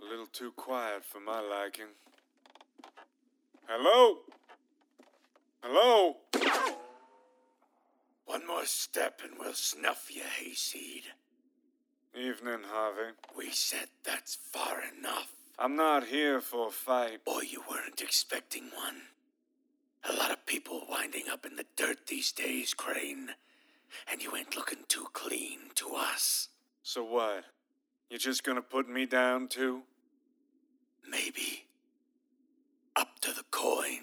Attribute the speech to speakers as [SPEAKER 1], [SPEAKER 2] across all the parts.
[SPEAKER 1] little too quiet for my liking. Hello? Hello?
[SPEAKER 2] One more step and we'll snuff you, hayseed.
[SPEAKER 1] Evening, Harvey.
[SPEAKER 2] We said that's far enough.
[SPEAKER 1] I'm not here for a fight.
[SPEAKER 2] Boy, you weren't expecting one. A lot of people winding up in the dirt these days, Crane. And you ain't looking too clean to us.
[SPEAKER 1] So what? You just gonna put me down too?
[SPEAKER 2] Maybe. Up to the coin.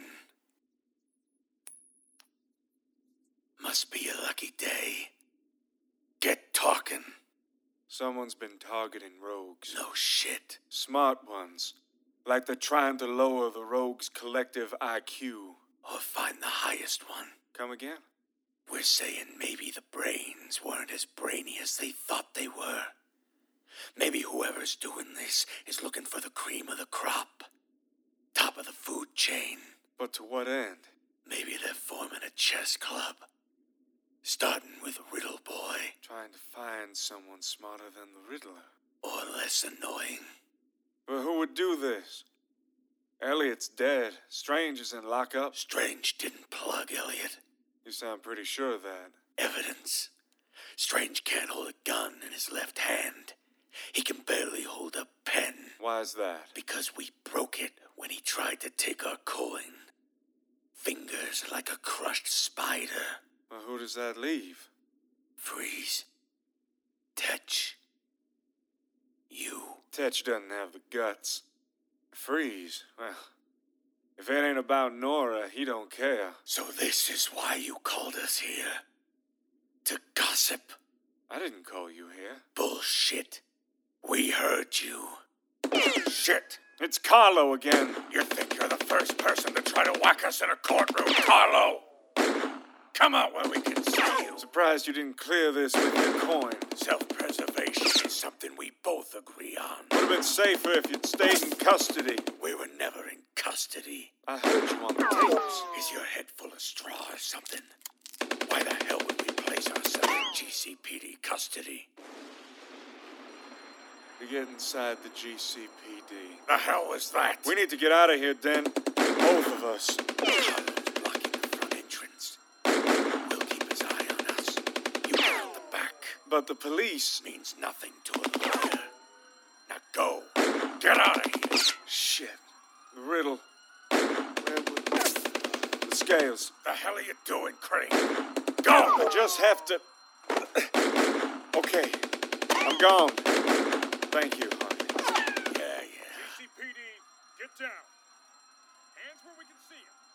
[SPEAKER 2] Must be a lucky day. Get talking.
[SPEAKER 1] Someone's been targeting rogues.
[SPEAKER 2] No shit.
[SPEAKER 1] Smart ones. Like they're trying to lower the rogue's collective IQ.
[SPEAKER 2] Or find the highest one.
[SPEAKER 1] Come again?
[SPEAKER 2] We're saying maybe the brains weren't as brainy as they thought they were. Maybe whoever's doing this is looking for the cream of the crop, top of the food chain.
[SPEAKER 1] But to what end?
[SPEAKER 2] Maybe they're forming a chess club, starting with Riddle Boy,
[SPEAKER 1] Trying to find someone smarter than the Riddler.
[SPEAKER 2] or less annoying.
[SPEAKER 1] But who would do this? Elliot's dead. Strange is in lockup.
[SPEAKER 2] Strange didn't plug Elliot.
[SPEAKER 1] You sound pretty sure of that.
[SPEAKER 2] Evidence. Strange can't hold a gun in his left hand. He can barely hold a pen.
[SPEAKER 1] Why's that?
[SPEAKER 2] Because we broke it when he tried to take our coin. Fingers like a crushed spider.
[SPEAKER 1] Well, who does that leave?
[SPEAKER 2] Freeze. Touch. You.
[SPEAKER 1] Tetch doesn't have the guts. Freeze. Well, if it ain't about Nora, he don't care.
[SPEAKER 2] So this is why you called us here. To gossip.
[SPEAKER 1] I didn't call you here.
[SPEAKER 2] Bullshit. We heard you. Shit!
[SPEAKER 1] It's Carlo again.
[SPEAKER 2] You think you're the first person to try to whack us in a courtroom, Carlo? Come out where we can see you.
[SPEAKER 1] Surprised you didn't clear this with your coin.
[SPEAKER 2] Self preservation is something we both agree on.
[SPEAKER 1] Would have been safer if you'd stayed in custody.
[SPEAKER 2] We were never in custody.
[SPEAKER 1] I heard you on the tapes.
[SPEAKER 2] Is your head full of straw or something? Why the hell would we place ourselves in GCPD custody?
[SPEAKER 1] We get inside the GCPD.
[SPEAKER 2] The hell was that?
[SPEAKER 1] We need to get out of here, Den. Both of us.
[SPEAKER 2] Blocking the front entrance. We'll keep his eye on us. You are at the back.
[SPEAKER 1] But the police.
[SPEAKER 2] means nothing to a lawyer. Now go. Get out of here.
[SPEAKER 1] Shit. The riddle. Where would... The scales.
[SPEAKER 2] The hell are you doing, Crane? Go!
[SPEAKER 1] I just have to. okay. I'm gone. Thank you, honey.
[SPEAKER 2] Yeah, yeah.
[SPEAKER 3] GCPD, get down. Hands where we can see 'em.